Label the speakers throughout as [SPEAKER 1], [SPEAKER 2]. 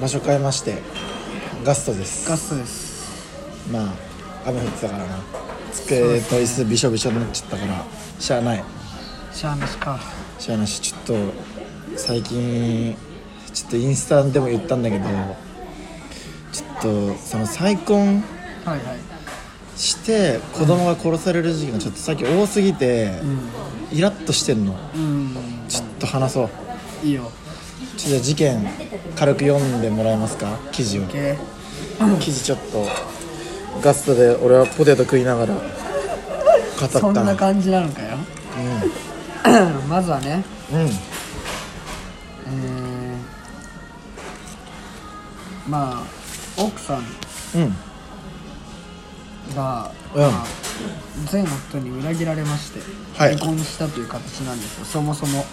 [SPEAKER 1] 場所変えましてガストです
[SPEAKER 2] ガストです
[SPEAKER 1] まあ雨降ってたからな机と椅子びしょびしょになっちゃったからしゃあない
[SPEAKER 2] シャーメシか
[SPEAKER 1] しゃあないしちょっと最近ちょっとインスタでも言ったんだけどちょっとその再婚
[SPEAKER 2] はいはい
[SPEAKER 1] して子供が殺される事件がちょっとさっき多すぎて、イラッとしてんの
[SPEAKER 2] うん
[SPEAKER 1] ちょっと話そう
[SPEAKER 2] いいよ
[SPEAKER 1] ちょっと事件軽く読んでもらえますか記事を
[SPEAKER 2] OK
[SPEAKER 1] 記事ちょっとガストで俺はポテト食いながら語った
[SPEAKER 2] そんな感じなのかよ まずはね
[SPEAKER 1] うん
[SPEAKER 2] えーまあ奥さん
[SPEAKER 1] うんうん
[SPEAKER 2] が、
[SPEAKER 1] うん
[SPEAKER 2] まあ前夫に裏切られまして、
[SPEAKER 1] はい
[SPEAKER 2] 離婚したという形なんですよそもそも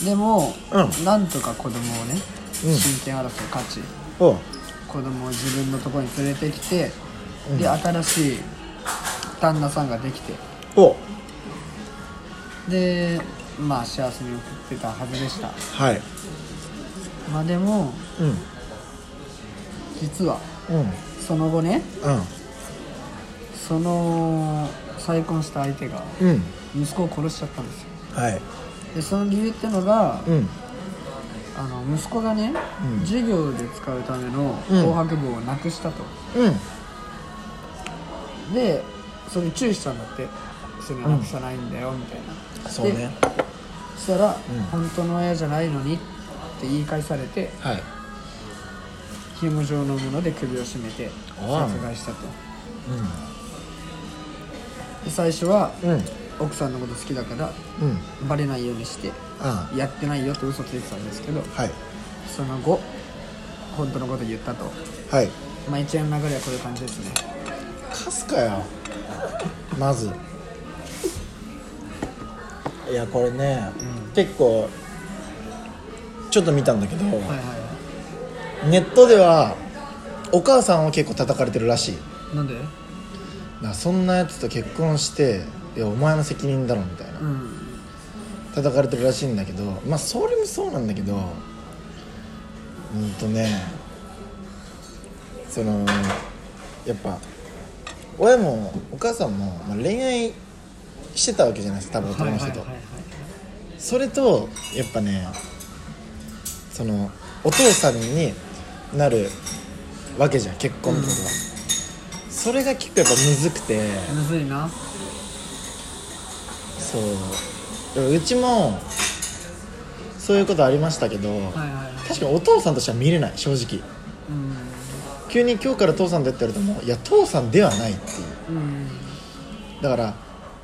[SPEAKER 1] うん
[SPEAKER 2] でも、
[SPEAKER 1] う
[SPEAKER 2] なんとか子供をね
[SPEAKER 1] うん
[SPEAKER 2] 親権争い勝ち、
[SPEAKER 1] おう
[SPEAKER 2] 子供を自分のところに連れてきて、で新しい旦那さんができて
[SPEAKER 1] おう
[SPEAKER 2] でまあ幸せに送ってたはずでした
[SPEAKER 1] はい
[SPEAKER 2] まあでも
[SPEAKER 1] うん
[SPEAKER 2] 実は
[SPEAKER 1] うんうん
[SPEAKER 2] その後ねその再婚した相手が
[SPEAKER 1] うん
[SPEAKER 2] 息子を殺しちゃったんですよ
[SPEAKER 1] はい
[SPEAKER 2] でその理由ってのが、
[SPEAKER 1] うん
[SPEAKER 2] あの息子がね、授業で使うための紅白棒をなくしたと、
[SPEAKER 1] うん
[SPEAKER 2] でそれに注意したんだってそれなくさないんだよみたいな、
[SPEAKER 1] そうね
[SPEAKER 2] そしたら、本当の親じゃないのにって言い返されて
[SPEAKER 1] はい
[SPEAKER 2] 紐状のもので首を絞めて
[SPEAKER 1] ああ
[SPEAKER 2] 殺害したとで最初は、
[SPEAKER 1] うんうん
[SPEAKER 2] 奥さんのこと好きだから
[SPEAKER 1] うん
[SPEAKER 2] バレないようにして
[SPEAKER 1] あ
[SPEAKER 2] やってないよって嘘ついてたんですけど
[SPEAKER 1] あはい
[SPEAKER 2] その後本当のこと言ったと
[SPEAKER 1] はい
[SPEAKER 2] まあ一連の流れはこういう感じですね
[SPEAKER 1] かすかよまずいやこれね、結構ちょっと見たんだけど、
[SPEAKER 2] はいはい
[SPEAKER 1] ネットではお母さんを結構叩かれてるらしい
[SPEAKER 2] なんで
[SPEAKER 1] なそんなやつと結婚していやお前の責任だろみたいな、
[SPEAKER 2] うん
[SPEAKER 1] 叩かれてるらしいんだけどまあそれもそうなんだけどうんとねそのやっぱ親もお母さんも、まあ、恋愛してたわけじゃないですか多分男の人と、それとやっぱねそのお父さんになるわけじゃん結婚ってことは、それが結構やっぱむずくて、
[SPEAKER 2] むずいな
[SPEAKER 1] そうでもうちもそういうことありましたけど、
[SPEAKER 2] はいはいはい
[SPEAKER 1] 確かにお父さんとしては見れない正直
[SPEAKER 2] うん
[SPEAKER 1] 急に今日から父さんとやってやるともういや父さんではないっていう
[SPEAKER 2] うん
[SPEAKER 1] だから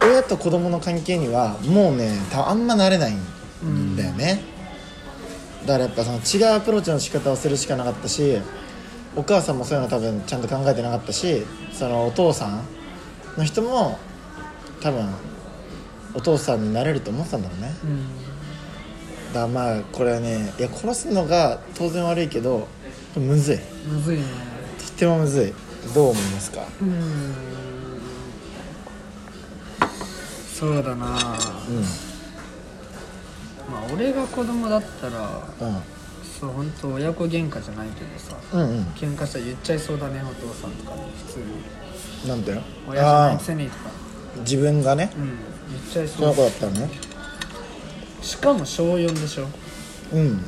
[SPEAKER 1] 親と子供の関係にはもうねたあんま慣れないんだよね、だからやっぱその違うアプローチの仕方をするしかなかったしお母さんもそういうの多分ちゃんと考えてなかったしそのお父さんの人も多分お父さんになれると思ってたんだろうね、
[SPEAKER 2] うん
[SPEAKER 1] だからまあこれはねいや殺すのが当然悪いけどこれむずい
[SPEAKER 2] むずいね
[SPEAKER 1] とってもむずいどう思いますか
[SPEAKER 2] うんそう
[SPEAKER 1] う
[SPEAKER 2] だな
[SPEAKER 1] ん
[SPEAKER 2] まあ俺が子供だったら
[SPEAKER 1] う
[SPEAKER 2] そう本当親子喧嘩じゃないけどさ
[SPEAKER 1] んうん
[SPEAKER 2] 喧嘩したら言っちゃいそうだねお父さんとかね普通に
[SPEAKER 1] うんなんだよ
[SPEAKER 2] 親じゃない
[SPEAKER 1] あ
[SPEAKER 2] くせにとか
[SPEAKER 1] あ自分がね
[SPEAKER 2] うん言っちゃい
[SPEAKER 1] そ
[SPEAKER 2] そ
[SPEAKER 1] の
[SPEAKER 2] う
[SPEAKER 1] 子だったらね
[SPEAKER 2] しかも小4でしょ
[SPEAKER 1] うん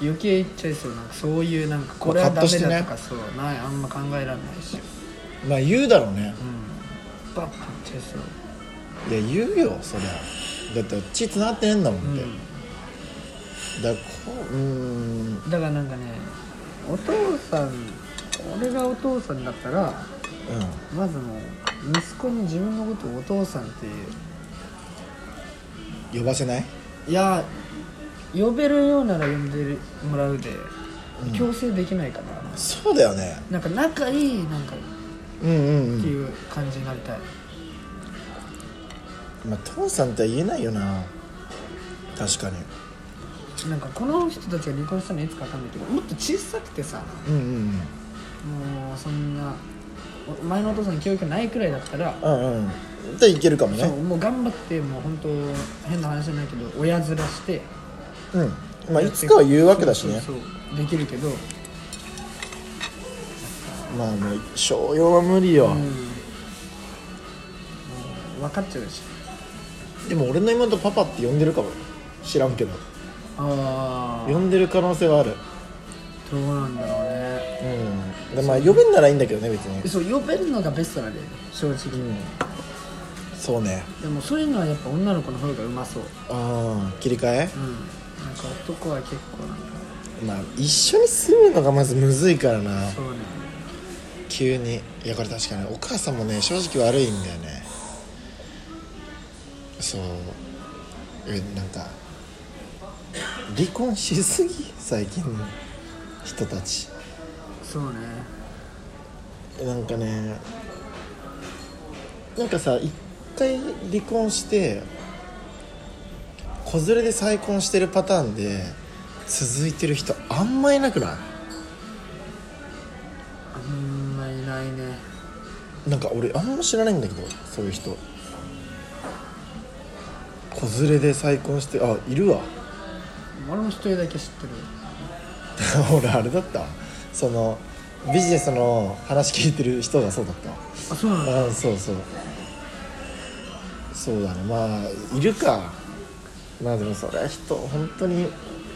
[SPEAKER 2] 余計言っちゃいそうなんかそういうなんかこれはダメだとかそうないあんま考えられないし
[SPEAKER 1] まあ言うだろうね
[SPEAKER 2] うんバッて言っちゃいそう
[SPEAKER 1] いや言うよそりゃだって血つながってねえんだもんって、だからこううーん
[SPEAKER 2] だからなんかねお父さん俺がお父さんだったらまずもう息子に自分のことをお父さんって
[SPEAKER 1] うん呼ばせない
[SPEAKER 2] いや呼べるようなら呼んでもらうで強制できないかな、
[SPEAKER 1] そうだよね
[SPEAKER 2] なんか仲いいなんかっ
[SPEAKER 1] うんうんう
[SPEAKER 2] て
[SPEAKER 1] ん
[SPEAKER 2] いう感じになりたい、
[SPEAKER 1] まあ父さんとは言えないよな確かに
[SPEAKER 2] なんかこの人たちが離婚したのいつかわかんないけどもっと小さくてさ
[SPEAKER 1] うんうん
[SPEAKER 2] もうそんなお前のお父さんに教育ないくらいだったら、
[SPEAKER 1] うんうんうんでいけるかもね
[SPEAKER 2] そうもう頑張ってもう本当変な話じゃないけど親面して
[SPEAKER 1] うんまあいつかは言うわけだしね
[SPEAKER 2] そうそうできるけど、
[SPEAKER 1] まあもう商用は無理よ、
[SPEAKER 2] うんもう分かっちゃうし
[SPEAKER 1] でも俺の妹パパって呼んでるかも知らんけど
[SPEAKER 2] ああ
[SPEAKER 1] 呼んでる可能性はある
[SPEAKER 2] どうなんだろうね
[SPEAKER 1] うんでまあ呼べんならいいんだけどね別 に
[SPEAKER 2] そう呼べるのがベストなんだよね正直、
[SPEAKER 1] うんそうね
[SPEAKER 2] でもそういうのはやっぱ女の子の方がうまそう
[SPEAKER 1] ああ切り替え
[SPEAKER 2] うんなんか男は結構なんか
[SPEAKER 1] まあ一緒に住むのがまずむずいからな
[SPEAKER 2] そうね
[SPEAKER 1] 急にいやこれ確かにお母さんもね正直悪いんだよねそうえなんか離婚しすぎ最近の人たち
[SPEAKER 2] そうね
[SPEAKER 1] なんかねなんかさ一回離婚して子連れで再婚してるパターンで続いてる人あんまいなくな
[SPEAKER 2] あんまいないね
[SPEAKER 1] いなんか俺あんま知らないんだけどそういう人子連れで再婚してあいるわ
[SPEAKER 2] 俺も一人だけ知ってる
[SPEAKER 1] 俺あれだったそのビジネスの話聞いてる人がそうだったわ
[SPEAKER 2] あそうなんだ
[SPEAKER 1] あそうそうそうだねまあいるかまあでもそれは人本当に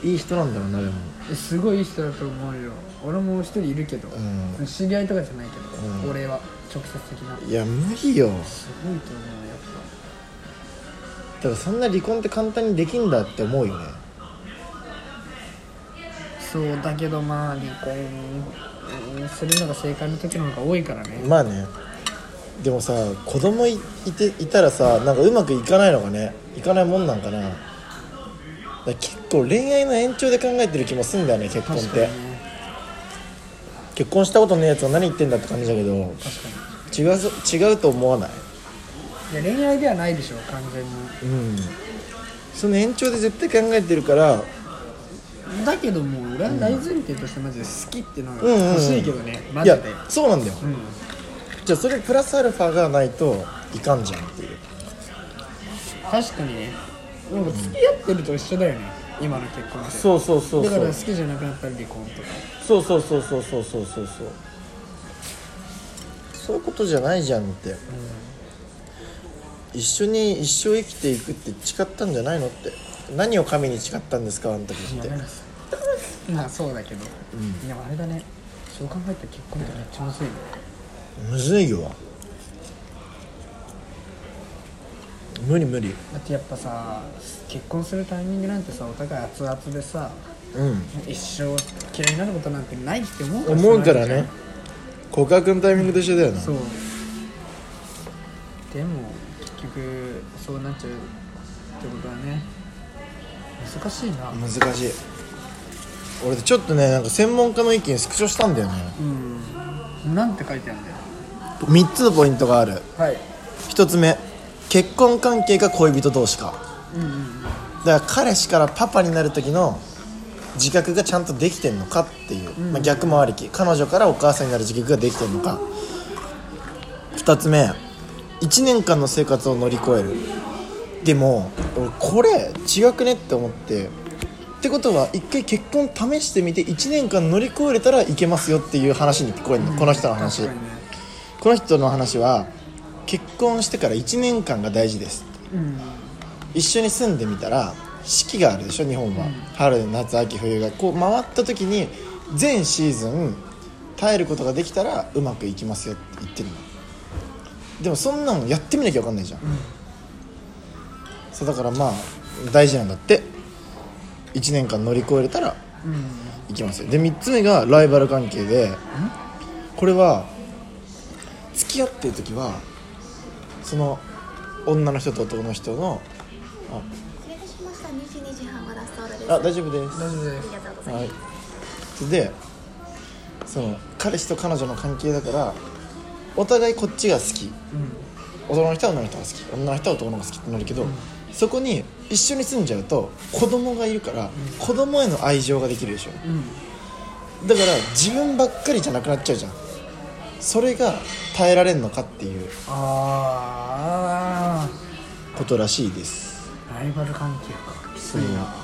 [SPEAKER 1] いい人なんだろうなでも
[SPEAKER 2] えすごいいい人だと思うよ俺も一人いるけど、
[SPEAKER 1] うん
[SPEAKER 2] 知り合いとかじゃないけど、
[SPEAKER 1] うん
[SPEAKER 2] 俺は直接的ない
[SPEAKER 1] や無理よ
[SPEAKER 2] すごいと思うやっ
[SPEAKER 1] だからそんな離婚って簡単にできんだって思うよね
[SPEAKER 2] ぱそうだけどまあ離婚うんするのが正解の時の方が多いからね、
[SPEAKER 1] まあねでもさ子供いいていたらさなんかうまくいかないのがねいかないもんなんかなだから結構恋愛の延長で考えてる気もすんだよね結婚っ
[SPEAKER 2] 確かに
[SPEAKER 1] て
[SPEAKER 2] ね
[SPEAKER 1] 結婚したことねえやつは何言ってんだって感じだけど
[SPEAKER 2] 確か
[SPEAKER 1] 違うぞ違うと思わない
[SPEAKER 2] にいや恋愛ではないでしょ完全に
[SPEAKER 1] うんその延長で絶対考えてるから
[SPEAKER 2] だけどもう俺は大前提としてマジで好きっていうの
[SPEAKER 1] うんうんうん
[SPEAKER 2] が欲しいけどね、マ
[SPEAKER 1] い
[SPEAKER 2] ジで
[SPEAKER 1] やそうなんだよ
[SPEAKER 2] うん
[SPEAKER 1] じゃあそれプラスアルファがないといかんじゃんっていう
[SPEAKER 2] 確かにねでも付き合ってると一緒だよね今の結婚って
[SPEAKER 1] うそうそ
[SPEAKER 2] だから好きじゃなくなったら離婚とか
[SPEAKER 1] そうそうそうそうそうそうそうそうそういうことじゃないじゃんって、一緒に一生生きていくって誓ったんじゃないのって何を神に誓ったんですかあんた時って
[SPEAKER 2] やめなさいまあそうだけど、でもあれだねそう考えたら結婚ってめっちゃむずいね
[SPEAKER 1] むずいよ無理無理
[SPEAKER 2] だってやっぱさ結婚するタイミングなんてさお互い熱々でさ
[SPEAKER 1] うん
[SPEAKER 2] 一生嫌いになることなんてないって思うから
[SPEAKER 1] 思うから
[SPEAKER 2] それ
[SPEAKER 1] ね告白のタイミングと一緒だよな
[SPEAKER 2] そうでも結局そうなっちゃうってことはね難しいな
[SPEAKER 1] 難しい俺ちょっとねなんか専門家の意見スクショしたんだよね
[SPEAKER 2] うんなんて書いてあるんだよ
[SPEAKER 1] 3つのポイントがある
[SPEAKER 2] はい
[SPEAKER 1] 1つ目結婚関係か恋人同士か
[SPEAKER 2] うんうんうん
[SPEAKER 1] だから彼氏からパパになる時の自覚がちゃんとできてんのかっていう、まあ、逆もありき彼女からお母さんになる自覚ができてんのか2つ目1年間の生活を乗り越えるでも俺これ違くねって思ってってことは一回結婚試してみて1年間乗り越えれたらいけますよっていう話に聞こえるの、この人の話、
[SPEAKER 2] 確かにね
[SPEAKER 1] この人の話は結婚してから1年間が大事です
[SPEAKER 2] うん
[SPEAKER 1] 一緒に住んでみたら四季があるでしょ日本は、春夏秋冬がこう回った時に全シーズン耐えることができたらうまくいきますよって言ってるのでもそんなのやってみなきゃ分かんないじゃん、そうだからまあ大事なんだって1年間乗り越えれたら
[SPEAKER 2] うん
[SPEAKER 1] いきますよで3つ目がライバル関係でこれは付き合ってる時はその女の人と男の人のあ
[SPEAKER 3] 失礼いたしました。22時半はラストオーダーです。
[SPEAKER 1] あ
[SPEAKER 3] あ
[SPEAKER 1] 大丈夫です
[SPEAKER 2] 大丈夫です
[SPEAKER 3] りがとうございます。
[SPEAKER 1] はいでその彼氏と彼女の関係だからお互いこっちが好き
[SPEAKER 2] う
[SPEAKER 1] 男の人は女の人が好き女の人は男の子が好きってなるけど、そこに一緒に住んじゃうと子供がいるから、子供への愛情ができるでしょ
[SPEAKER 2] んうん
[SPEAKER 1] だから自分ばっかりじゃなくなっちゃうじゃんそれが耐えられんのかっていう
[SPEAKER 2] あ
[SPEAKER 1] ことらしいです
[SPEAKER 2] あライバル関係かきついな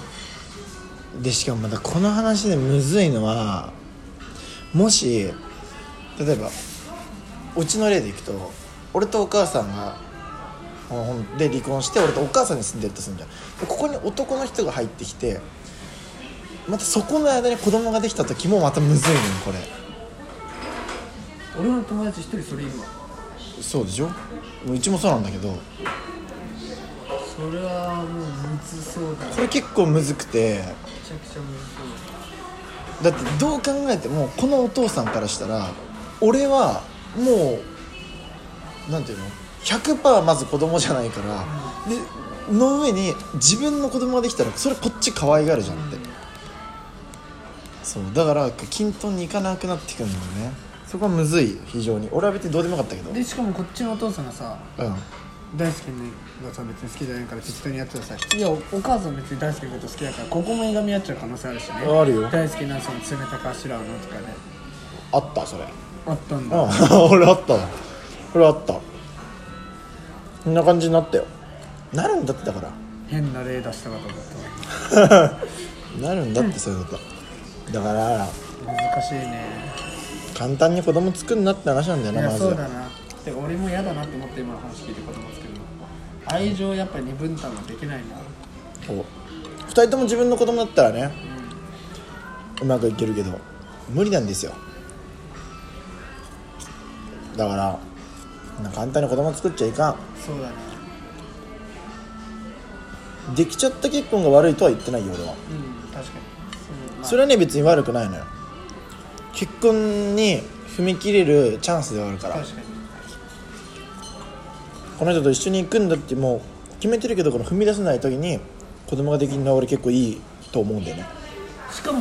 [SPEAKER 1] でしかもまたこの話でむずいのはもし例えばうちの例でいくと俺とお母さんがほんほんで離婚して俺とお母さんに住んでるとするんじゃんでここに男の人が入ってきてまたそこの間に子供ができた時もまたむずいのよこれ
[SPEAKER 2] 俺の友達一人それいるわ
[SPEAKER 1] そうでしょもううちもそうなんだけど
[SPEAKER 2] それはもうむずそうだめ
[SPEAKER 1] これ結構むずくて
[SPEAKER 2] ちゃくちゃむずそう
[SPEAKER 1] だってどう考えてもこのお父さんからしたら俺はもうなんていうの100%まず子供じゃないからでの上に自分の子供ができたらそれこっち可愛がるじゃんってそうだから均等にいかなくなってくるんだよねそこはむずい非常に俺は別にどうでもよかったけど
[SPEAKER 2] でしかもこっちのお父さんがさ
[SPEAKER 1] うん
[SPEAKER 2] 大好きがさ別に好きじゃないから適当にやってたらさいやおお母さん別に大好きのこと好きだからここも歪み合っちゃう可能性あるしね
[SPEAKER 1] あるよ
[SPEAKER 2] 大好きなその冷たくあしらうのとかね
[SPEAKER 1] あったそれ
[SPEAKER 2] あったん
[SPEAKER 1] う
[SPEAKER 2] だ
[SPEAKER 1] ん 俺あったわ俺あったこんな感じになったよなるんだってだから
[SPEAKER 2] 変な例出したかと思った
[SPEAKER 1] なるんだってそういうことだから
[SPEAKER 2] 難しいね
[SPEAKER 1] 簡単に子供作るなって話なんだよ
[SPEAKER 2] い
[SPEAKER 1] な
[SPEAKER 2] や
[SPEAKER 1] まず
[SPEAKER 2] そうだなで俺も嫌だなって思って今の話聞いて子供作るの愛情やっぱ二分担はできないな
[SPEAKER 1] お二人とも自分の子供だったらねうまくいけるけど無理なんですよだからそんな簡単に子供作っちゃいか
[SPEAKER 2] そうだね
[SPEAKER 1] んできちゃった結婚が悪いとは言ってないよ俺は
[SPEAKER 2] うん確かに
[SPEAKER 1] それはね別に悪くないのよ結婚に踏み切れるチャンスではあるから
[SPEAKER 2] まあ確かに
[SPEAKER 1] この人と一緒に行くんだってもう決めてるけどこの踏み出せない時に子供ができるのは俺結構いいと思うんだよね
[SPEAKER 2] しかも